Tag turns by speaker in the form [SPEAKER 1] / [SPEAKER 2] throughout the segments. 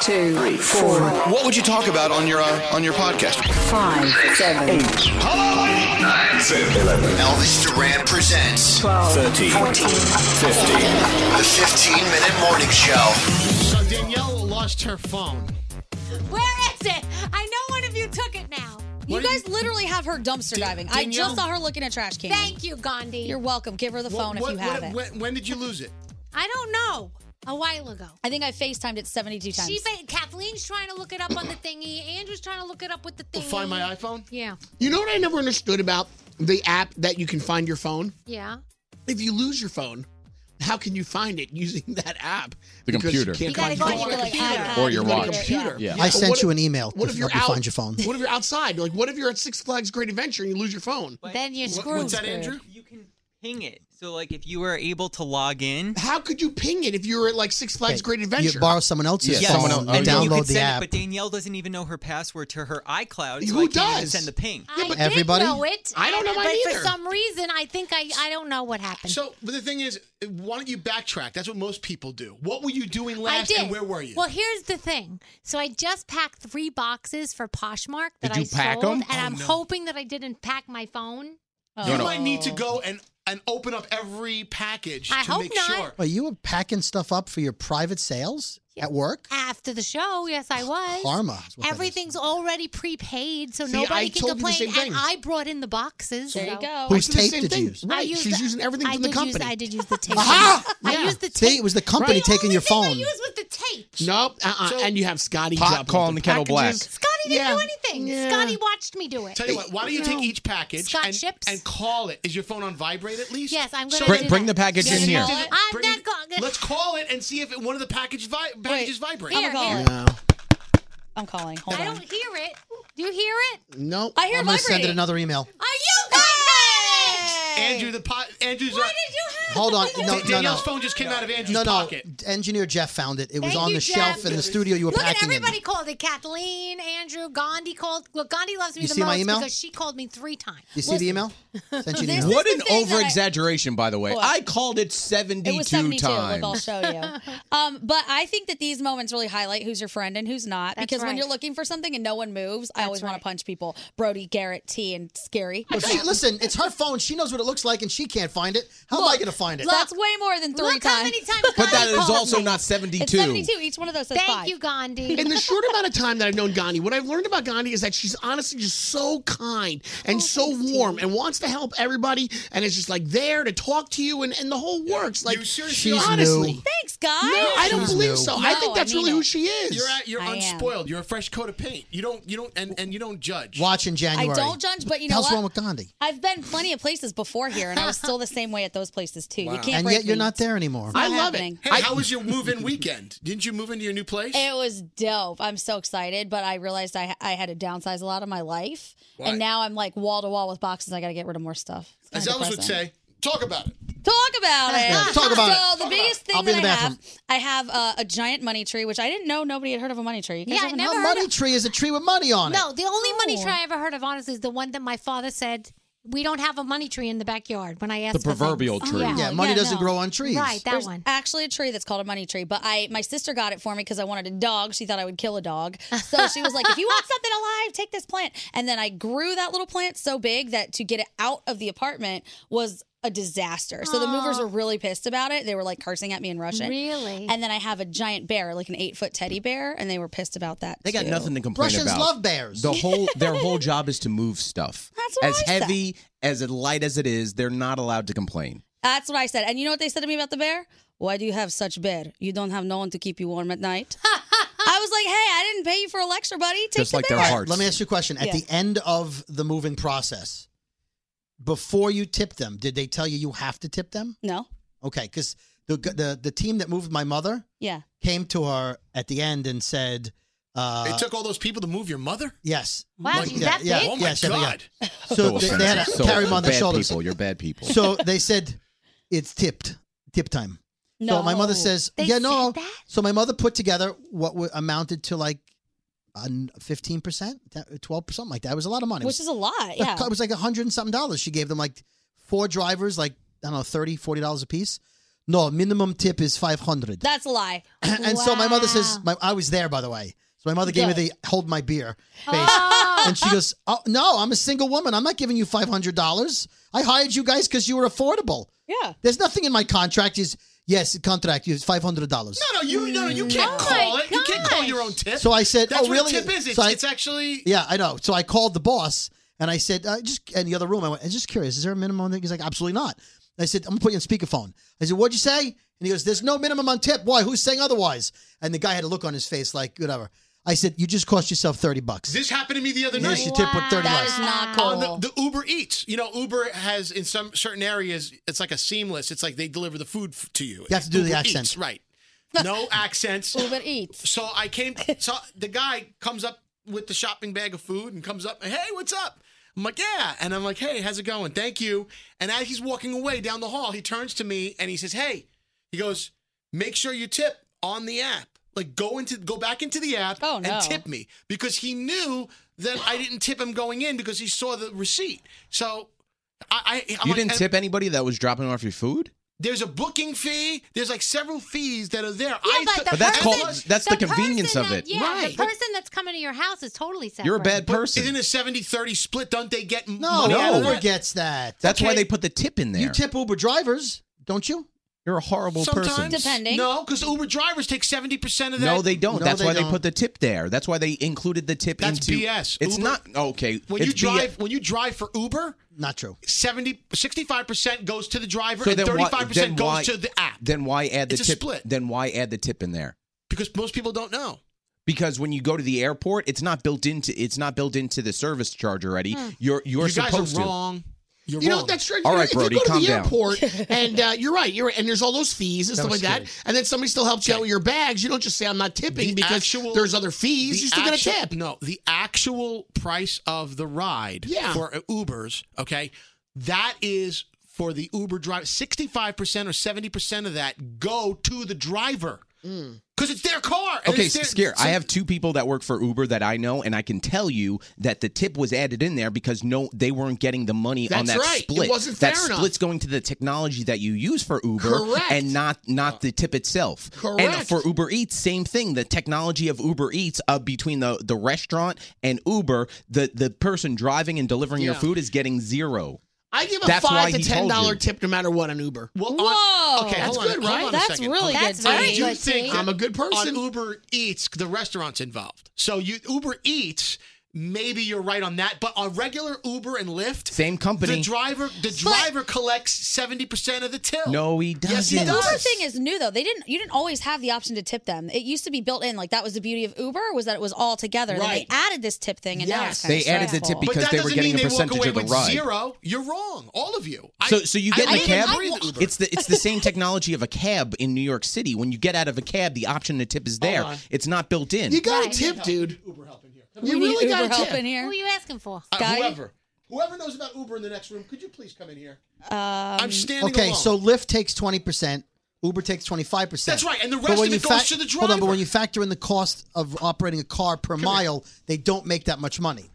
[SPEAKER 1] two, four,
[SPEAKER 2] What would you talk about on your uh, on your podcast?
[SPEAKER 1] five, seven, eight,
[SPEAKER 2] Elvis Duran presents
[SPEAKER 1] twelve, fourteen.
[SPEAKER 2] the 15 minute morning show.
[SPEAKER 3] So Danielle lost her phone.
[SPEAKER 4] Where is it? I know one of you took it now.
[SPEAKER 5] You
[SPEAKER 3] What do you-
[SPEAKER 5] guys literally have her dumpster diving. I
[SPEAKER 3] Danielle-
[SPEAKER 5] just saw her looking at trash cans.
[SPEAKER 4] Thank you, Gandhi.
[SPEAKER 5] You're welcome. Give her the phone if you have it.
[SPEAKER 3] When, when did you lose it?
[SPEAKER 4] I don't know. A while ago.
[SPEAKER 5] I think I FaceTimed it 72 times.
[SPEAKER 4] She ba- Kathleen's trying to look it up on the thingy. Andrew's trying to look it up with the
[SPEAKER 3] To
[SPEAKER 4] thingy.
[SPEAKER 3] find my iPhone?
[SPEAKER 4] Yeah.
[SPEAKER 6] You know what I never understood about the app that you can find your phone?
[SPEAKER 4] Yeah.
[SPEAKER 6] If you lose your phone, how can you find it using that app?
[SPEAKER 7] The computer.
[SPEAKER 6] You can't
[SPEAKER 5] You gotta
[SPEAKER 6] find
[SPEAKER 5] go to
[SPEAKER 6] your phone.
[SPEAKER 5] your, like, iPad,
[SPEAKER 7] Or your
[SPEAKER 5] you gotta
[SPEAKER 7] watch.
[SPEAKER 5] go to-
[SPEAKER 6] Computer.
[SPEAKER 7] Yeah.
[SPEAKER 6] I sent
[SPEAKER 3] you
[SPEAKER 6] an email.
[SPEAKER 3] to help you find your phone.
[SPEAKER 6] What if you're outside? Like, what if you're at Six Flags Great Adventure and you lose your phone?
[SPEAKER 4] Then you're
[SPEAKER 3] What-
[SPEAKER 4] screwed.
[SPEAKER 3] what's that,
[SPEAKER 4] screwed.
[SPEAKER 3] Andrew?
[SPEAKER 2] You can ping it. So, like, if you were able to log in,
[SPEAKER 6] How could you ping it if you were at like Six Flags Great Adventure?
[SPEAKER 3] someone else's
[SPEAKER 7] Yeah, someone else- oh, yeah.
[SPEAKER 2] you could send it, but Danielle doesn't even know her password to her iCloud. So
[SPEAKER 6] Who
[SPEAKER 2] I can't even
[SPEAKER 6] does?
[SPEAKER 2] send the ping.
[SPEAKER 4] I did
[SPEAKER 6] everybody-
[SPEAKER 4] know it.
[SPEAKER 6] I don't know
[SPEAKER 4] but
[SPEAKER 6] mine
[SPEAKER 4] for
[SPEAKER 6] either.
[SPEAKER 4] some reason, I think I, I don't know what happened.
[SPEAKER 3] So, but the thing is, why don't you backtrack? That's what most people do. What were you doing last
[SPEAKER 4] I did.
[SPEAKER 3] and where were you?
[SPEAKER 4] Well, here's the thing. So I just packed three boxes for Poshmark that
[SPEAKER 7] Did you
[SPEAKER 4] I
[SPEAKER 7] pack
[SPEAKER 4] sold,
[SPEAKER 7] 'em?
[SPEAKER 4] and
[SPEAKER 8] Oh,
[SPEAKER 4] I'm hoping that I didn't pack my phone.
[SPEAKER 3] you
[SPEAKER 7] No, no.
[SPEAKER 3] might need to go and, and open up every package
[SPEAKER 4] I
[SPEAKER 3] to
[SPEAKER 4] hope
[SPEAKER 3] make
[SPEAKER 4] not.
[SPEAKER 3] sure.
[SPEAKER 6] Well, you were packing stuff up for your private sales at work.
[SPEAKER 4] After the show, yes, I was.
[SPEAKER 6] Karma is what that is.
[SPEAKER 4] Everything's already prepaid, so
[SPEAKER 6] See,
[SPEAKER 4] nobody
[SPEAKER 6] I
[SPEAKER 4] can
[SPEAKER 6] told you the
[SPEAKER 4] complain.
[SPEAKER 6] same thing.
[SPEAKER 4] And I brought in the boxes.
[SPEAKER 5] There
[SPEAKER 4] so-
[SPEAKER 5] you go.
[SPEAKER 6] Whose tape did you use?
[SPEAKER 4] Oh, I
[SPEAKER 6] Right.
[SPEAKER 4] used
[SPEAKER 6] She's
[SPEAKER 4] the-
[SPEAKER 6] using everything
[SPEAKER 4] I
[SPEAKER 6] from the
[SPEAKER 4] did use-
[SPEAKER 6] company.
[SPEAKER 4] I did use the tape.
[SPEAKER 6] Aha!
[SPEAKER 4] I
[SPEAKER 6] Yeah.
[SPEAKER 4] used the
[SPEAKER 6] See,
[SPEAKER 4] tape.
[SPEAKER 6] it was the company
[SPEAKER 4] The
[SPEAKER 6] taking
[SPEAKER 4] only
[SPEAKER 6] your
[SPEAKER 4] thing I
[SPEAKER 6] phone.
[SPEAKER 4] used was the tape.
[SPEAKER 6] Nope. Uh-uh.
[SPEAKER 3] So-
[SPEAKER 6] and you have Scotty
[SPEAKER 7] Pot
[SPEAKER 6] dropping
[SPEAKER 7] calling
[SPEAKER 6] off
[SPEAKER 7] the kettle black.
[SPEAKER 6] packages.
[SPEAKER 4] Scotty didn't
[SPEAKER 8] Yeah.
[SPEAKER 4] do anything.
[SPEAKER 8] Yeah.
[SPEAKER 4] Scotty watched me do it.
[SPEAKER 8] Tell you what, why don't you take each package
[SPEAKER 4] Scott
[SPEAKER 8] and,
[SPEAKER 4] ships?
[SPEAKER 8] and call it? Is your phone on vibrate at least?
[SPEAKER 4] Yes, I'm gonna
[SPEAKER 8] So-
[SPEAKER 4] Bring- do bring that. the package in
[SPEAKER 8] Yes,
[SPEAKER 4] here.
[SPEAKER 8] do
[SPEAKER 4] No,
[SPEAKER 8] that.
[SPEAKER 4] I'm
[SPEAKER 8] Bring-
[SPEAKER 4] not go-
[SPEAKER 8] Let's call it and see if it, one of the package vi- packages vibrates.
[SPEAKER 4] Here, I'm gonna here.
[SPEAKER 7] I'm calling. Hold
[SPEAKER 4] I
[SPEAKER 7] on.
[SPEAKER 4] don't hear it. Do you hear it?
[SPEAKER 6] Nope.
[SPEAKER 7] I hear
[SPEAKER 6] I'm gonna send it
[SPEAKER 7] vibrate.
[SPEAKER 6] another email.
[SPEAKER 4] Are you guys?
[SPEAKER 8] Andrew, the pot. Andrew's.
[SPEAKER 4] Why did you have?
[SPEAKER 6] Hold on. No,
[SPEAKER 8] Da-
[SPEAKER 6] no, no.
[SPEAKER 8] Danielle's phone just came out of Andrew's
[SPEAKER 6] no, no.
[SPEAKER 8] pocket.
[SPEAKER 6] Engineer Jeff found it. It was
[SPEAKER 4] Thank
[SPEAKER 6] on
[SPEAKER 4] you,
[SPEAKER 6] the shelf
[SPEAKER 4] Jeff.
[SPEAKER 6] in the studio. You were
[SPEAKER 4] Look at
[SPEAKER 6] packing
[SPEAKER 4] everybody
[SPEAKER 6] it.
[SPEAKER 4] called it. Kathleen, Andrew, Gandhi called. Look, Gandhi loves me
[SPEAKER 6] You
[SPEAKER 4] the
[SPEAKER 6] see
[SPEAKER 4] most
[SPEAKER 6] my email?
[SPEAKER 4] because she called me three times.
[SPEAKER 6] You see the email? Sent you an email.
[SPEAKER 9] What an
[SPEAKER 7] thing that I-
[SPEAKER 9] over exaggeration, by the way.
[SPEAKER 7] What?
[SPEAKER 9] I called it 72,
[SPEAKER 7] It was 72.
[SPEAKER 9] times.
[SPEAKER 7] Look, I'll show you.
[SPEAKER 5] Um, but I think that these moments really highlight who's your friend and who's not. because when
[SPEAKER 7] right.
[SPEAKER 5] you're looking for something and no one moves, I always want to punch people. Brody, Garrett, T, and Scary.
[SPEAKER 6] Well, she, listen, it's her phone. She knows what it looks like, and she can't find it. How am I going to find it?
[SPEAKER 5] That's way more than three
[SPEAKER 4] Look
[SPEAKER 5] times.
[SPEAKER 4] how many times
[SPEAKER 9] But that
[SPEAKER 4] Gandhi
[SPEAKER 9] is
[SPEAKER 4] called
[SPEAKER 9] also
[SPEAKER 4] me.
[SPEAKER 9] not 72.
[SPEAKER 5] Each one of those says
[SPEAKER 4] Thank
[SPEAKER 5] five.
[SPEAKER 4] you, Gandhi.
[SPEAKER 6] In
[SPEAKER 4] And
[SPEAKER 6] the
[SPEAKER 4] the
[SPEAKER 6] short
[SPEAKER 4] short
[SPEAKER 6] amount
[SPEAKER 4] amount
[SPEAKER 6] of time that I've known Gandhi, what I've learned about Gandhi is that she's honestly just so kind and so warm and wants to help everybody and is just like there to talk to you and, and the whole works. Like,
[SPEAKER 8] She's
[SPEAKER 6] honestly.
[SPEAKER 8] new.
[SPEAKER 5] Thanks, guys.
[SPEAKER 6] No, I don't believe so. I think that's really who she is.
[SPEAKER 8] You're at, you're
[SPEAKER 6] I am.
[SPEAKER 8] unspoiled. You're a fresh coat of paint. You don't you don't and, and you don't judge.
[SPEAKER 6] Watch in January.
[SPEAKER 5] I don't judge, but you know
[SPEAKER 6] How's
[SPEAKER 5] what?
[SPEAKER 6] wrong with Gandhi?
[SPEAKER 5] I've been plenty of places before here, and I was still the same way at those places too. You can't.
[SPEAKER 6] and
[SPEAKER 5] break
[SPEAKER 6] yet you're
[SPEAKER 5] me.
[SPEAKER 6] not there anymore.
[SPEAKER 5] It's not I love it. happening.
[SPEAKER 8] Hey,
[SPEAKER 5] I-
[SPEAKER 8] how was your move-in weekend? Didn't you move into your new place?
[SPEAKER 5] It was dope. I'm so excited, but I realized I I had to downsize a lot of my life,
[SPEAKER 8] Why?
[SPEAKER 5] and now I'm like wall to wall with boxes. I got to get rid of more stuff. It's
[SPEAKER 8] As
[SPEAKER 5] kinda
[SPEAKER 8] Elvis would
[SPEAKER 5] depressing.
[SPEAKER 8] say, talk about it.
[SPEAKER 5] Talk about it.
[SPEAKER 8] Yeah, talk about
[SPEAKER 5] so
[SPEAKER 8] it.
[SPEAKER 5] the
[SPEAKER 8] Talk
[SPEAKER 5] biggest
[SPEAKER 8] about it. I'll
[SPEAKER 5] thing
[SPEAKER 8] be
[SPEAKER 5] that
[SPEAKER 8] in the
[SPEAKER 5] I have, I have uh, a giant money tree, which I didn't know nobody had heard of a money tree. You guys
[SPEAKER 4] Yeah, I
[SPEAKER 5] haven't
[SPEAKER 4] never
[SPEAKER 5] heard
[SPEAKER 4] heard
[SPEAKER 5] of-
[SPEAKER 6] Money tree is a tree with money on it.
[SPEAKER 4] no, the only money
[SPEAKER 5] Oh.
[SPEAKER 4] tree I ever heard of, honestly, is the one that my father said. We don't have a money tree in the backyard. When I asked, for
[SPEAKER 9] proverbial
[SPEAKER 4] things. Oh.
[SPEAKER 9] tree.
[SPEAKER 4] Yeah.
[SPEAKER 6] Yeah, money
[SPEAKER 5] yeah,
[SPEAKER 6] doesn't
[SPEAKER 5] no.
[SPEAKER 6] grow on trees.
[SPEAKER 5] There's Actually, a tree that's called a money tree, but I my sister got it for me because I wanted a dog. She thought I would kill a dog, so she was like, "If you want something alive, take this plant." And then I grew that little plant so big that to get it out of the apartment was a disaster. So the movers were really pissed about it. They were like cursing at me in Russian.
[SPEAKER 4] Really?
[SPEAKER 5] And then I have a giant bear, like an eight foot teddy bear, and they were pissed about that.
[SPEAKER 9] They got
[SPEAKER 5] too.
[SPEAKER 9] nothing to complain about. The whole their whole job is to move stuff.
[SPEAKER 5] That's what
[SPEAKER 9] as
[SPEAKER 5] I said.
[SPEAKER 9] heavy as light as it is, they're not allowed to complain.
[SPEAKER 5] That's what I said. And you know what they said to me about the bear? Why do you have such bear? You don't have no one to keep you warm at night. I was like, hey, I didn't pay you for a lecture, buddy. Take the bear.
[SPEAKER 6] All right, Let me ask you a question. At
[SPEAKER 5] Yeah.
[SPEAKER 6] the end of the moving process, before you tip them, did they tell you you have to tip them?
[SPEAKER 5] No.
[SPEAKER 6] Okay, because the, the the team that moved my mother
[SPEAKER 5] Yeah.
[SPEAKER 6] came to her at the end and said, uh,
[SPEAKER 8] it took all those people to move your mother.
[SPEAKER 6] Yes.
[SPEAKER 8] Wow,
[SPEAKER 6] Like
[SPEAKER 8] she's
[SPEAKER 6] yeah,
[SPEAKER 8] that
[SPEAKER 6] yeah,
[SPEAKER 8] big? Oh my
[SPEAKER 6] yes, yeah,
[SPEAKER 8] God.
[SPEAKER 6] yeah.
[SPEAKER 8] So
[SPEAKER 6] So, they, they had to
[SPEAKER 9] offensive. So
[SPEAKER 6] carry him on their
[SPEAKER 9] bad
[SPEAKER 6] shoulders.
[SPEAKER 9] People, you're bad people.
[SPEAKER 6] So they said, "It's tipped, tip time." So my mother
[SPEAKER 9] No.
[SPEAKER 6] says,
[SPEAKER 9] They
[SPEAKER 6] "Yeah, no." So my mother put together what wa- amounted to like fifteen percent, twelve percent, like that. It was a lot of money, It
[SPEAKER 5] Which is
[SPEAKER 6] was-
[SPEAKER 5] a lot, yeah.
[SPEAKER 6] it was like a hundred and something dollars. She gave them like four drivers, like I don't know, 30 dollars a piece. No, minimum tip is five hundred.
[SPEAKER 5] That's a lie.
[SPEAKER 6] and so my mother says, my, I was there, by the way. So my mother gave me
[SPEAKER 5] Good. Oh.
[SPEAKER 6] the hold my beer face. And she goes, oh, No, I'm a single woman. I'm not giving you $500. I hired you guys because you were affordable.
[SPEAKER 5] Yeah.
[SPEAKER 6] There's nothing in my contract. Is Yes, contract. It's $500.
[SPEAKER 8] No, no, you no, no, you can't
[SPEAKER 6] Oh
[SPEAKER 8] call
[SPEAKER 6] my
[SPEAKER 8] it. You can't call your own tip.
[SPEAKER 6] So I said,
[SPEAKER 8] That's
[SPEAKER 6] "Oh, really?"
[SPEAKER 8] What a tip is it's,
[SPEAKER 6] So I-
[SPEAKER 8] it's actually
[SPEAKER 6] Yeah, I know. So I called the boss and I said, uh, Just in the other room, I went, I'm just curious. Is there a minimum? He's like, Absolutely not. I said, I'm going to put you on speakerphone. I said, What'd you say? And he goes, There's no minimum on tip. Why? Who's saying otherwise? And the guy had a look on his face like, Whatever. I said, You just cost yourself 30 bucks.
[SPEAKER 8] This happened to me the other
[SPEAKER 6] Yes,
[SPEAKER 8] night.
[SPEAKER 6] you tip with 30 That bucks. is not
[SPEAKER 8] On
[SPEAKER 6] cool.
[SPEAKER 8] Oh, the, the Uber Eats. You know, Uber has in some certain areas, it's like a seamless. It's like they deliver the food f- to you.
[SPEAKER 6] You have to do the
[SPEAKER 8] Uber
[SPEAKER 6] accent.
[SPEAKER 8] Eats, right? No accents.
[SPEAKER 5] Uber Eats.
[SPEAKER 8] So I came. So the guy comes up with the shopping bag of food and comes up. Hey, what's up? I'm like, yeah. And I'm like, hey, how's it going? Thank you. And as he's walking away down the hall, he turns to me and he says, hey. He goes, make sure you tip on the app. Like go into go back into the app
[SPEAKER 4] Oh,
[SPEAKER 5] no.
[SPEAKER 8] and tip me because he knew that I didn't tip him going in because he saw the receipt. So I, I I'm
[SPEAKER 9] you
[SPEAKER 8] like,
[SPEAKER 9] didn't
[SPEAKER 8] and
[SPEAKER 9] tip anybody that was dropping off your food?
[SPEAKER 8] There's a booking fee. There's like several fees that are there. I
[SPEAKER 4] but
[SPEAKER 8] thought-
[SPEAKER 4] the
[SPEAKER 9] But that's
[SPEAKER 4] person-
[SPEAKER 9] called that's the, convenience of it.
[SPEAKER 4] Yeah, the person that's coming to your house is totally separate.
[SPEAKER 8] But Isn't a 70-30 split? Don't they get no,
[SPEAKER 6] No,
[SPEAKER 8] money out of
[SPEAKER 6] Uber
[SPEAKER 8] that?
[SPEAKER 6] gets that.
[SPEAKER 9] That's why they put the tip in there.
[SPEAKER 6] You tip Uber drivers, don't you?
[SPEAKER 9] You're a horrible person.
[SPEAKER 8] Sometimes, No, because Uber drivers take seventy percent of that.
[SPEAKER 9] No, they don't.
[SPEAKER 8] No,
[SPEAKER 9] Oh, That's why they
[SPEAKER 8] don't.
[SPEAKER 9] put the tip there. That's why they included the tip
[SPEAKER 8] That's
[SPEAKER 9] into
[SPEAKER 8] BS.
[SPEAKER 9] It's
[SPEAKER 8] Uber-
[SPEAKER 9] not okay.
[SPEAKER 8] When
[SPEAKER 9] it's
[SPEAKER 8] you
[SPEAKER 9] BS.
[SPEAKER 8] drive, when you drive for Uber,
[SPEAKER 6] not true.
[SPEAKER 8] 70, 65 percent goes to the driver,
[SPEAKER 9] So
[SPEAKER 8] and
[SPEAKER 9] then why-
[SPEAKER 8] thirty-five percent
[SPEAKER 9] then
[SPEAKER 8] goes
[SPEAKER 9] why-
[SPEAKER 8] to the app.
[SPEAKER 9] Then why add the
[SPEAKER 8] It's a
[SPEAKER 9] tip?
[SPEAKER 8] split.
[SPEAKER 9] Then why add the tip in there?
[SPEAKER 8] Because most people don't know.
[SPEAKER 10] Because when you go to the airport, it's not built into it's not built into the service charge already.
[SPEAKER 8] Hmm.
[SPEAKER 10] You're you're
[SPEAKER 8] you guys
[SPEAKER 10] supposed
[SPEAKER 8] are wrong.
[SPEAKER 10] to.
[SPEAKER 8] You're
[SPEAKER 11] you know
[SPEAKER 8] wrong.
[SPEAKER 11] that's true.
[SPEAKER 10] All
[SPEAKER 11] You know,
[SPEAKER 10] right, Brody,
[SPEAKER 11] if you go
[SPEAKER 10] calm
[SPEAKER 11] to the
[SPEAKER 10] down.
[SPEAKER 11] airport, and uh, you're right, you're right, and there's all those fees and
[SPEAKER 8] That
[SPEAKER 11] stuff like
[SPEAKER 8] was
[SPEAKER 11] that, and then somebody still helps you out with your bags. You don't just say I'm not tipping because there's other fees. You still got to
[SPEAKER 8] actual-
[SPEAKER 11] tip.
[SPEAKER 8] No, the actual price of the ride
[SPEAKER 11] Yeah.
[SPEAKER 8] for uh, Ubers, okay, that is for the Uber driver. 65% or 70% of that go to the driver because it's their car. and
[SPEAKER 10] Okay,
[SPEAKER 8] it's their-
[SPEAKER 10] Scare, I
[SPEAKER 8] so-
[SPEAKER 10] have two people that work for Uber that I know, and I can tell you that the tip was added in there because no, they weren't getting the money on
[SPEAKER 11] That's
[SPEAKER 10] that
[SPEAKER 11] right. It
[SPEAKER 10] split.
[SPEAKER 11] wasn't
[SPEAKER 10] that
[SPEAKER 11] fair enough.
[SPEAKER 10] split's going to the technology that you use for Uber,
[SPEAKER 11] Correct.
[SPEAKER 10] and not not the tip itself. And
[SPEAKER 11] Correct.
[SPEAKER 10] for Uber Eats, same thing. The technology of Uber Eats uh, between the the restaurant and Uber, the the person driving and delivering your
[SPEAKER 11] Yeah.
[SPEAKER 10] food is getting zero.
[SPEAKER 11] I give a
[SPEAKER 10] That's why
[SPEAKER 11] five to
[SPEAKER 10] he told
[SPEAKER 11] ten dollar
[SPEAKER 10] you.
[SPEAKER 11] tip no matter what on Uber.
[SPEAKER 8] Well,
[SPEAKER 11] Whoa,
[SPEAKER 8] on, okay,
[SPEAKER 11] that's
[SPEAKER 8] hold on,
[SPEAKER 11] good,
[SPEAKER 8] hold
[SPEAKER 11] right?
[SPEAKER 8] on a second.
[SPEAKER 11] really
[SPEAKER 8] Hold on.
[SPEAKER 11] good.
[SPEAKER 8] I do think
[SPEAKER 11] I'm a good person.
[SPEAKER 8] On Uber Eats, the restaurant's involved. So you Uber Eats, maybe you're right on that. But on regular Uber and Lyft,
[SPEAKER 10] Same company.
[SPEAKER 8] the driver the driver collects seventy percent of the tip.
[SPEAKER 10] No, he
[SPEAKER 8] Yes,
[SPEAKER 10] doesn't.
[SPEAKER 8] he
[SPEAKER 12] The Uber
[SPEAKER 8] does.
[SPEAKER 12] thing is new though. They didn't you didn't always have the option to tip them. It used to be built in. Like that was the beauty of Uber was that it was all together. Then
[SPEAKER 8] Right.
[SPEAKER 12] they added this tip thing and now it's kind
[SPEAKER 10] They added the tip
[SPEAKER 8] but
[SPEAKER 10] because
[SPEAKER 8] that
[SPEAKER 10] they were
[SPEAKER 8] doesn't
[SPEAKER 10] getting
[SPEAKER 8] mean
[SPEAKER 10] a
[SPEAKER 8] they
[SPEAKER 10] percentage
[SPEAKER 8] walk away
[SPEAKER 10] of the
[SPEAKER 8] with
[SPEAKER 10] ride.
[SPEAKER 8] Zero. You're wrong, all of you. I-
[SPEAKER 10] So, so you get
[SPEAKER 8] I
[SPEAKER 10] in a
[SPEAKER 8] even-
[SPEAKER 10] cab.
[SPEAKER 8] I agree with Uber.
[SPEAKER 10] It's the it's the same technology of a cab in New York City. When you get out of a cab, the option to tip is there.
[SPEAKER 8] on.
[SPEAKER 10] It's not built in.
[SPEAKER 11] You got to tip, dude.
[SPEAKER 8] We
[SPEAKER 11] You
[SPEAKER 8] need
[SPEAKER 11] really got
[SPEAKER 8] Uber
[SPEAKER 11] to
[SPEAKER 8] help
[SPEAKER 11] tip.
[SPEAKER 8] in
[SPEAKER 12] here.
[SPEAKER 5] Who are you asking for?
[SPEAKER 8] Uh,
[SPEAKER 5] Guy?
[SPEAKER 8] whoever whoever knows about Uber in the next room, could you please come in here? I'm standing.
[SPEAKER 6] Okay,
[SPEAKER 8] alone.
[SPEAKER 6] so Lyft takes twenty percent, Uber takes twenty five percent.
[SPEAKER 8] That's right, and the rest of it goes to the
[SPEAKER 6] Hold on, but
[SPEAKER 8] driver.
[SPEAKER 6] when you factor in the cost of operating a car per mile, they don't make that much money.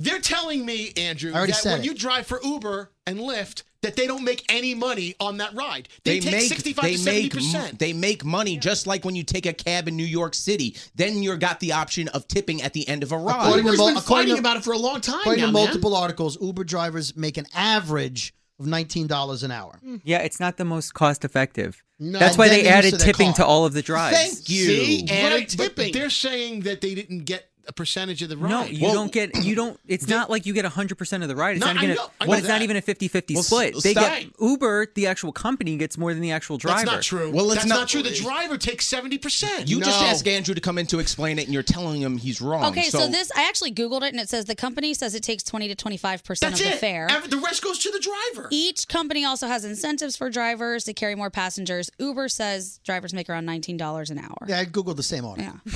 [SPEAKER 8] They're telling me, Andrew,
[SPEAKER 6] I already
[SPEAKER 8] that
[SPEAKER 6] said
[SPEAKER 8] when
[SPEAKER 6] it.
[SPEAKER 8] you drive for Uber and Lyft, that they don't make any money on that ride. They, take sixty-five
[SPEAKER 10] they
[SPEAKER 8] to seventy
[SPEAKER 10] make
[SPEAKER 8] percent.
[SPEAKER 10] m- they make money just like when you take a cab in New York City. Then you're got the option of tipping at the end of a ride.
[SPEAKER 6] According to Uber's been mul- according
[SPEAKER 11] Fighting about it for a long time
[SPEAKER 6] According
[SPEAKER 11] now,
[SPEAKER 6] to
[SPEAKER 11] man.
[SPEAKER 6] multiple articles, Uber drivers make an average of nineteen dollars an hour.
[SPEAKER 13] Yeah, it's not the most cost effective.
[SPEAKER 6] No,
[SPEAKER 13] That's why
[SPEAKER 6] and then
[SPEAKER 13] they
[SPEAKER 6] the use
[SPEAKER 13] added
[SPEAKER 6] of their
[SPEAKER 13] tipping
[SPEAKER 6] car.
[SPEAKER 13] to all of the drives.
[SPEAKER 6] Thank you. See?
[SPEAKER 8] Right,
[SPEAKER 11] And
[SPEAKER 8] but
[SPEAKER 11] tipping.
[SPEAKER 8] They're saying that they didn't get a percentage of the ride.
[SPEAKER 13] No, you don't get you don't it's not like you get 100% of the ride. It's
[SPEAKER 8] No,
[SPEAKER 13] not
[SPEAKER 8] I
[SPEAKER 13] even
[SPEAKER 8] know- I
[SPEAKER 13] a,
[SPEAKER 8] know
[SPEAKER 13] it's not
[SPEAKER 8] that.
[SPEAKER 13] even a 50-50
[SPEAKER 8] Well,
[SPEAKER 13] split.
[SPEAKER 8] s-
[SPEAKER 13] They
[SPEAKER 8] stop.
[SPEAKER 13] get Uber, the actual company gets more than the actual driver.
[SPEAKER 8] That's not true. Well, that's not, true. The driver takes seventy percent.
[SPEAKER 10] You just ask Andrew to come in to explain it, and you're telling him he's wrong.
[SPEAKER 12] Okay, so, this I actually googled it and it says the company says it takes 20 to 25%
[SPEAKER 8] That's
[SPEAKER 12] of the
[SPEAKER 8] it.
[SPEAKER 12] fare.
[SPEAKER 8] Every- the rest goes to the driver.
[SPEAKER 12] Each company also has incentives for drivers to carry more passengers. Uber says drivers make around $19 an hour.
[SPEAKER 6] Yeah, I googled the same article.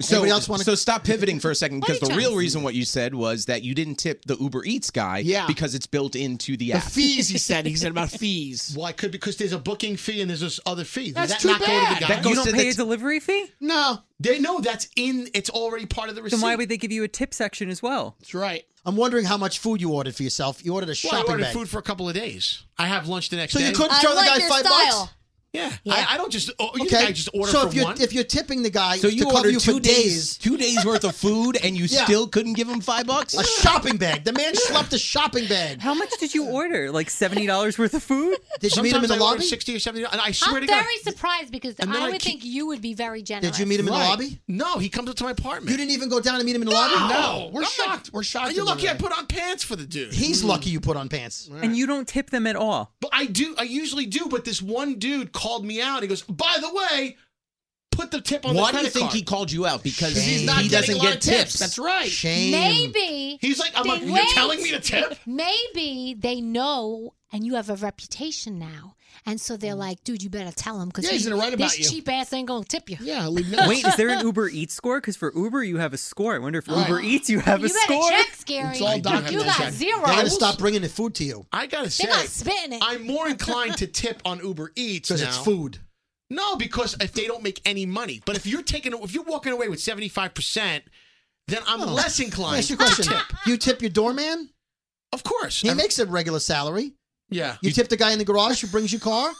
[SPEAKER 10] So,
[SPEAKER 6] Anybody else wanna-
[SPEAKER 10] so stop pivoting for a second because the
[SPEAKER 6] Plenty
[SPEAKER 10] real
[SPEAKER 6] times.
[SPEAKER 10] reason what you said was that you didn't tip the Uber Eats guy
[SPEAKER 11] Yeah.
[SPEAKER 10] because it's built into the
[SPEAKER 11] The
[SPEAKER 10] app.
[SPEAKER 11] fees he said. He said about fees.
[SPEAKER 8] Why could because there's a booking fee and there's this other fee. Does
[SPEAKER 11] That's
[SPEAKER 8] that
[SPEAKER 11] too
[SPEAKER 8] not go to
[SPEAKER 11] bad.
[SPEAKER 8] the guy?
[SPEAKER 13] you don't pay a delivery fee?
[SPEAKER 11] No,
[SPEAKER 8] they know that's in. It's already part of the receipt.
[SPEAKER 13] Then why would they give you a tip section as well?
[SPEAKER 11] That's right.
[SPEAKER 6] I'm wondering how much food you ordered for yourself. You ordered a
[SPEAKER 8] Well, I
[SPEAKER 6] shopping
[SPEAKER 8] ordered
[SPEAKER 6] bag.
[SPEAKER 8] food for a couple of days. I have lunch the next
[SPEAKER 6] So
[SPEAKER 8] day.
[SPEAKER 6] you couldn't I show the like guy your five style. bucks?
[SPEAKER 8] Yeah, I, I don't just. Oh, you
[SPEAKER 6] okay,
[SPEAKER 8] think I just order
[SPEAKER 6] so
[SPEAKER 8] for
[SPEAKER 6] if you're
[SPEAKER 8] one?
[SPEAKER 6] if you're tipping the guy
[SPEAKER 10] So
[SPEAKER 6] to
[SPEAKER 10] you
[SPEAKER 6] cover
[SPEAKER 10] ordered
[SPEAKER 6] you
[SPEAKER 10] two
[SPEAKER 6] for
[SPEAKER 10] days,
[SPEAKER 6] days,
[SPEAKER 10] two days worth of food, and you
[SPEAKER 6] Yeah.
[SPEAKER 10] still couldn't give him five bucks.
[SPEAKER 6] a shopping bag. The man slept a shopping bag.
[SPEAKER 13] How much did you order? Like $70 worth of food?
[SPEAKER 6] Did you meet him
[SPEAKER 8] Sometimes
[SPEAKER 6] in the
[SPEAKER 8] I order
[SPEAKER 6] lobby?
[SPEAKER 8] Sixty or seventy. And I swear
[SPEAKER 5] I'm
[SPEAKER 8] to God,
[SPEAKER 5] very surprised because
[SPEAKER 8] And then
[SPEAKER 5] I
[SPEAKER 8] I
[SPEAKER 5] would
[SPEAKER 8] keep-
[SPEAKER 5] think you would be very generous.
[SPEAKER 6] Did you meet him in the
[SPEAKER 8] Right.
[SPEAKER 6] lobby?
[SPEAKER 8] No, he comes up to my apartment.
[SPEAKER 6] You didn't even go down and meet him in the lobby.
[SPEAKER 8] No,
[SPEAKER 6] we're
[SPEAKER 8] I'm
[SPEAKER 6] shocked.
[SPEAKER 8] not-
[SPEAKER 6] we're shocked.
[SPEAKER 8] You're
[SPEAKER 6] at
[SPEAKER 8] lucky
[SPEAKER 6] him.
[SPEAKER 8] I put on pants for the dude.
[SPEAKER 6] He's
[SPEAKER 10] Mm.
[SPEAKER 6] lucky you put on pants.
[SPEAKER 13] And you don't tip them at all.
[SPEAKER 8] But I do. I usually do. But this one dude called me out. He goes, "By the way, put the tip on
[SPEAKER 10] Why
[SPEAKER 8] the
[SPEAKER 10] do you
[SPEAKER 8] credit
[SPEAKER 10] think
[SPEAKER 8] card."
[SPEAKER 10] he called you out? Because
[SPEAKER 8] He's not
[SPEAKER 10] he
[SPEAKER 8] getting
[SPEAKER 10] doesn't
[SPEAKER 8] a lot
[SPEAKER 10] get
[SPEAKER 8] of
[SPEAKER 10] tips.
[SPEAKER 8] tips. That's right.
[SPEAKER 6] Shame.
[SPEAKER 5] Maybe
[SPEAKER 8] He's like, I'm
[SPEAKER 5] they-
[SPEAKER 8] like, you're
[SPEAKER 5] wait.
[SPEAKER 8] telling me to tip?
[SPEAKER 5] Maybe they know, and you have a reputation now, and so they're like, dude, you better tell him because
[SPEAKER 11] Yeah, he's gonna write about you.
[SPEAKER 5] This cheap ass ain't gonna tip you.
[SPEAKER 11] Yeah,
[SPEAKER 13] Wait, is there an Uber Eats score? Because for Uber, you have a score. I wonder if
[SPEAKER 5] Right.
[SPEAKER 13] Uber Eats, you have
[SPEAKER 5] You
[SPEAKER 13] a
[SPEAKER 5] better
[SPEAKER 13] score.
[SPEAKER 5] check, Scary.
[SPEAKER 6] It's all
[SPEAKER 5] you
[SPEAKER 6] documented.
[SPEAKER 5] got zero.
[SPEAKER 6] They gotta stop bringing the food to you.
[SPEAKER 8] I gotta say,
[SPEAKER 5] They're not spitting it.
[SPEAKER 8] I'm more inclined to tip on Uber Eats
[SPEAKER 6] 'Cause
[SPEAKER 8] now.
[SPEAKER 6] it's food.
[SPEAKER 8] No, because if they don't make any money, but if you're taking, if you're walking away with 75 percent, then I'm
[SPEAKER 6] Oh.
[SPEAKER 8] less inclined.
[SPEAKER 6] Ask your
[SPEAKER 8] to
[SPEAKER 6] question.
[SPEAKER 8] tip.
[SPEAKER 6] You tip your doorman?
[SPEAKER 8] Of course.
[SPEAKER 6] He makes a regular salary.
[SPEAKER 8] Yeah.
[SPEAKER 6] You tip the guy in the garage who brings your car.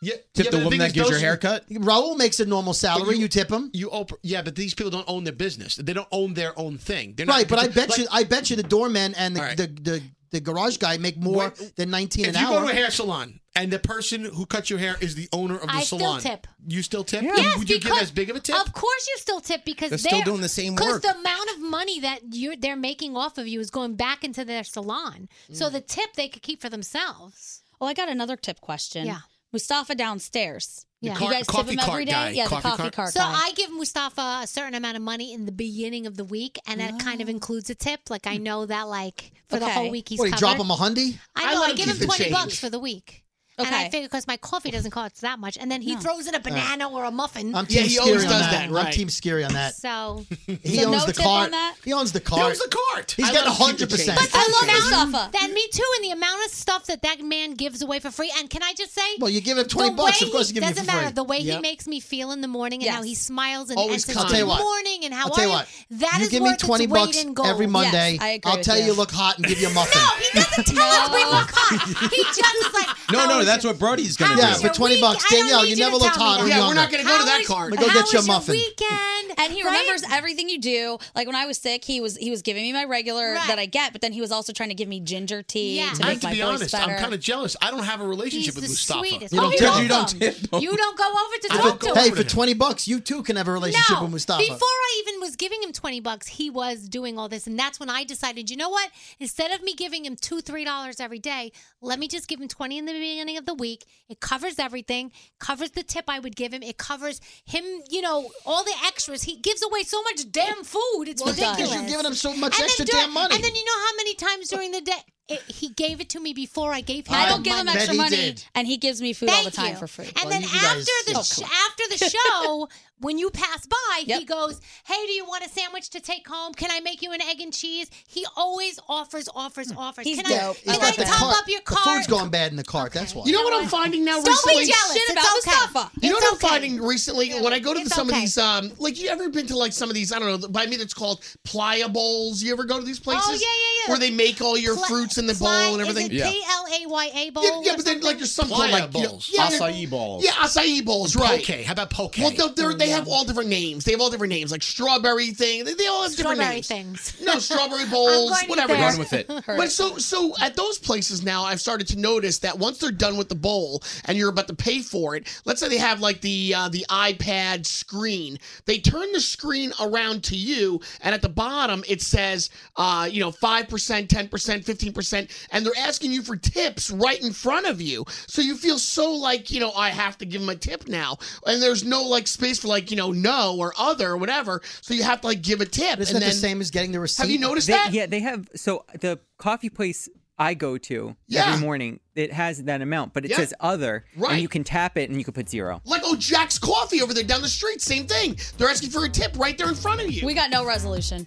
[SPEAKER 8] Yeah,
[SPEAKER 10] Tip
[SPEAKER 8] yeah,
[SPEAKER 10] the
[SPEAKER 8] but
[SPEAKER 10] woman
[SPEAKER 8] thing
[SPEAKER 10] that
[SPEAKER 8] is
[SPEAKER 10] gives your
[SPEAKER 8] those-
[SPEAKER 10] haircut.
[SPEAKER 6] Raul makes a normal salary. You, tip him.
[SPEAKER 8] You op- yeah, but these people don't own their business. They don't own their own thing. They're not-
[SPEAKER 6] Right, but I bet
[SPEAKER 8] like,
[SPEAKER 6] you, I bet you the doorman and the
[SPEAKER 8] All right.
[SPEAKER 6] the, the the garage guy make more than nineteen
[SPEAKER 8] if
[SPEAKER 6] an
[SPEAKER 8] you
[SPEAKER 6] hour.
[SPEAKER 8] go to a hair salon and the person who cut your hair is the owner of the
[SPEAKER 5] I still
[SPEAKER 8] salon,
[SPEAKER 5] tip.
[SPEAKER 8] you still tip.
[SPEAKER 5] Yes,
[SPEAKER 8] Would you give
[SPEAKER 5] because-
[SPEAKER 8] as big of a tip?
[SPEAKER 5] Of course, you still tip because
[SPEAKER 10] They're still
[SPEAKER 5] they're-
[SPEAKER 10] doing the same
[SPEAKER 5] 'cause
[SPEAKER 10] work.
[SPEAKER 5] the amount of money that you're they're making off of you is going back
[SPEAKER 8] Mm.
[SPEAKER 5] into their salon. So the tip they could keep for themselves.
[SPEAKER 12] Well, I got another tip question.
[SPEAKER 5] Yeah.
[SPEAKER 14] Mustafa downstairs.
[SPEAKER 15] The
[SPEAKER 14] you
[SPEAKER 15] cart-
[SPEAKER 14] guys tip
[SPEAKER 15] coffee
[SPEAKER 14] him
[SPEAKER 15] cart
[SPEAKER 14] every day.
[SPEAKER 15] guy.
[SPEAKER 14] Yeah, the coffee cart.
[SPEAKER 5] So
[SPEAKER 14] guy.
[SPEAKER 5] I give Mustafa a certain amount of money in the beginning of the week, and that kind of includes a tip. Like I know that, like for the whole week, he's
[SPEAKER 16] Ah. Hmm. what, you
[SPEAKER 5] covered.
[SPEAKER 16] drop him a hundy?
[SPEAKER 5] I know. I, give him twenty bucks for the week. And I
[SPEAKER 16] Okay.
[SPEAKER 5] figure because my coffee doesn't cost that much, and then he throws in a banana or a muffin.
[SPEAKER 16] I'm team scary on that. I'm team scary on that.
[SPEAKER 5] So
[SPEAKER 16] He
[SPEAKER 5] So
[SPEAKER 16] owns
[SPEAKER 5] no
[SPEAKER 16] the
[SPEAKER 5] tip
[SPEAKER 16] cart.
[SPEAKER 5] on that?
[SPEAKER 16] He owns the cart.
[SPEAKER 5] owns the
[SPEAKER 15] cart.
[SPEAKER 16] He's
[SPEAKER 15] I
[SPEAKER 16] got
[SPEAKER 15] love
[SPEAKER 16] hundred percent.
[SPEAKER 5] But the amount, Then me too, and the amount of stuff that that man gives away for free. And can I just say?
[SPEAKER 16] Well, you give him
[SPEAKER 5] the
[SPEAKER 16] 20 bucks,
[SPEAKER 5] way
[SPEAKER 16] of course
[SPEAKER 5] he-
[SPEAKER 16] you give him
[SPEAKER 5] Doesn't
[SPEAKER 16] for free.
[SPEAKER 5] matter the way he
[SPEAKER 16] Yep.
[SPEAKER 5] makes me feel in the morning, and how he smiles and
[SPEAKER 16] Always
[SPEAKER 5] and says,
[SPEAKER 16] kind. I'll tell you
[SPEAKER 5] "Good
[SPEAKER 16] what.
[SPEAKER 5] morning," and how
[SPEAKER 16] I'll tell you
[SPEAKER 5] are
[SPEAKER 16] what.
[SPEAKER 5] you? That
[SPEAKER 16] you
[SPEAKER 5] is
[SPEAKER 16] give
[SPEAKER 5] worth
[SPEAKER 16] me twenty
[SPEAKER 5] its weight
[SPEAKER 16] bucks
[SPEAKER 5] in gold.
[SPEAKER 16] every Monday.
[SPEAKER 5] Yes, I agree
[SPEAKER 16] will
[SPEAKER 5] with
[SPEAKER 16] tell you.
[SPEAKER 5] you
[SPEAKER 16] look hot and give you a muffin. Oh,
[SPEAKER 5] tell us we look hot. He just is like,
[SPEAKER 17] No, no, that's what Brody's gonna
[SPEAKER 16] yeah,
[SPEAKER 17] do.
[SPEAKER 16] for twenty bucks, Danielle, you never looked hot. or younger. I'm gonna go get you a muffin.
[SPEAKER 5] weekend?
[SPEAKER 14] And he remembers everything you do. Like when I was sick, he was he was giving me my regular that I get, but then he was also trying to give me ginger tea to make
[SPEAKER 15] I have to
[SPEAKER 14] my
[SPEAKER 15] be
[SPEAKER 14] voice
[SPEAKER 15] honest.
[SPEAKER 14] better.
[SPEAKER 15] I'm kind of jealous. I don't have a relationship with Mustafa.
[SPEAKER 14] sweetest. You don't Oh, tip. you don't
[SPEAKER 5] tip him. You don't go over to talk to
[SPEAKER 16] hey,
[SPEAKER 5] him.
[SPEAKER 16] for twenty bucks, you too can have a relationship with Mustafa.
[SPEAKER 5] Before I even was giving him twenty bucks, he was doing all this, and that's when I decided. You know what? Instead of me giving him two, three dollars every day, let me just give him twenty in the beginning of the week. It covers everything. Covers the tip I would give him. It covers him. You know all the extras. He gives away so much damn food. It's
[SPEAKER 16] Well,
[SPEAKER 5] ridiculous.
[SPEAKER 16] because you're giving him so much
[SPEAKER 5] And then
[SPEAKER 16] extra
[SPEAKER 5] during-
[SPEAKER 16] damn money.
[SPEAKER 5] And then you know how many times during the day it, he gave it to me before I gave him.
[SPEAKER 14] I don't give him
[SPEAKER 5] money.
[SPEAKER 14] extra money, and he gives me food all the
[SPEAKER 5] Thank
[SPEAKER 14] time
[SPEAKER 5] you.
[SPEAKER 14] for free.
[SPEAKER 5] And then after
[SPEAKER 16] Oh,
[SPEAKER 5] the sh- after the show, when you pass by, he goes, "Hey, do you want a sandwich to take home? Can I make you an egg and cheese?" He always offers, offers,
[SPEAKER 6] Hmm.
[SPEAKER 5] offers.
[SPEAKER 16] He's
[SPEAKER 5] can
[SPEAKER 16] dope.
[SPEAKER 5] I,
[SPEAKER 16] He's
[SPEAKER 5] can I
[SPEAKER 16] got the
[SPEAKER 5] top
[SPEAKER 16] cart-
[SPEAKER 5] up your
[SPEAKER 16] the
[SPEAKER 5] cart?
[SPEAKER 16] food's gone bad in the cart. That's why.
[SPEAKER 6] You know what I'm finding now
[SPEAKER 5] Don't be
[SPEAKER 6] recently?
[SPEAKER 5] jealous. Shit It's about okay. Mustafa.
[SPEAKER 6] You know
[SPEAKER 5] It's
[SPEAKER 6] what I'm
[SPEAKER 5] okay.
[SPEAKER 6] finding recently when I go to
[SPEAKER 5] It's
[SPEAKER 6] some
[SPEAKER 5] okay.
[SPEAKER 6] of these, um, like you ever been to like some of these? I don't know. By me, that's called pliables. You ever go to these places?
[SPEAKER 5] Oh, yeah, yeah, yeah.
[SPEAKER 6] Where they make all your
[SPEAKER 5] Pla-
[SPEAKER 6] fruits in the
[SPEAKER 5] Ply-
[SPEAKER 6] bowl and everything.
[SPEAKER 5] Is it P L A Y A bowl?
[SPEAKER 6] Yeah, yeah, but then like there's some called like you know-
[SPEAKER 17] Pliables.
[SPEAKER 6] yeah, they're-
[SPEAKER 17] Acai balls.
[SPEAKER 6] Yeah, acai bowls, right?
[SPEAKER 15] Poke. How about poke?
[SPEAKER 6] Well, no, they're, they
[SPEAKER 16] Mm-hmm.
[SPEAKER 6] have all different names. They have all different names, like strawberry thing. They, they all have different
[SPEAKER 5] Strawberry
[SPEAKER 6] names.
[SPEAKER 5] things.
[SPEAKER 6] No, strawberry bowls,
[SPEAKER 5] I'm going
[SPEAKER 6] whatever.
[SPEAKER 5] there.
[SPEAKER 6] is.
[SPEAKER 5] Run with it.
[SPEAKER 6] but so so at those places now, I've started to notice that once they're done with the bowl and you're about to pay for it, let's say they have like the uh, the iPad screen. They turn the screen around to you, and at the bottom it says, uh, you know, five percent, ten percent, fifteen percent, and they're asking you for tips right in front of you. So you feel so like you know I have to give them a tip now, and there's no like space for like you know no or other or whatever. So you have to like give a tip.
[SPEAKER 16] Isn't
[SPEAKER 6] and
[SPEAKER 16] that the
[SPEAKER 6] then-
[SPEAKER 16] same as getting the receipt?
[SPEAKER 6] Have you noticed
[SPEAKER 13] They-
[SPEAKER 6] that?
[SPEAKER 13] Yeah, they have. So the coffee place I go to
[SPEAKER 6] Yeah.
[SPEAKER 13] every morning, it has that amount, but it
[SPEAKER 6] Yeah.
[SPEAKER 13] says other,
[SPEAKER 6] Right.
[SPEAKER 13] and you can tap it and you can put zero.
[SPEAKER 6] Like oh Jack's Coffee over there down the street, same thing. They're asking for a tip right there in front of you.
[SPEAKER 14] we got no resolution.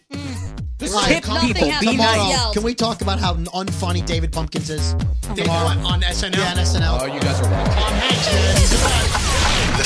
[SPEAKER 6] This
[SPEAKER 16] Like,
[SPEAKER 14] Tip
[SPEAKER 16] come-
[SPEAKER 14] people, be
[SPEAKER 16] tomorrow,
[SPEAKER 14] nice. Yelled.
[SPEAKER 16] Can we talk about how unfunny David Pumpkins is? tomorrow
[SPEAKER 15] on SNL.
[SPEAKER 16] Yeah, on SNL. Oh, you guys are wrong.
[SPEAKER 8] The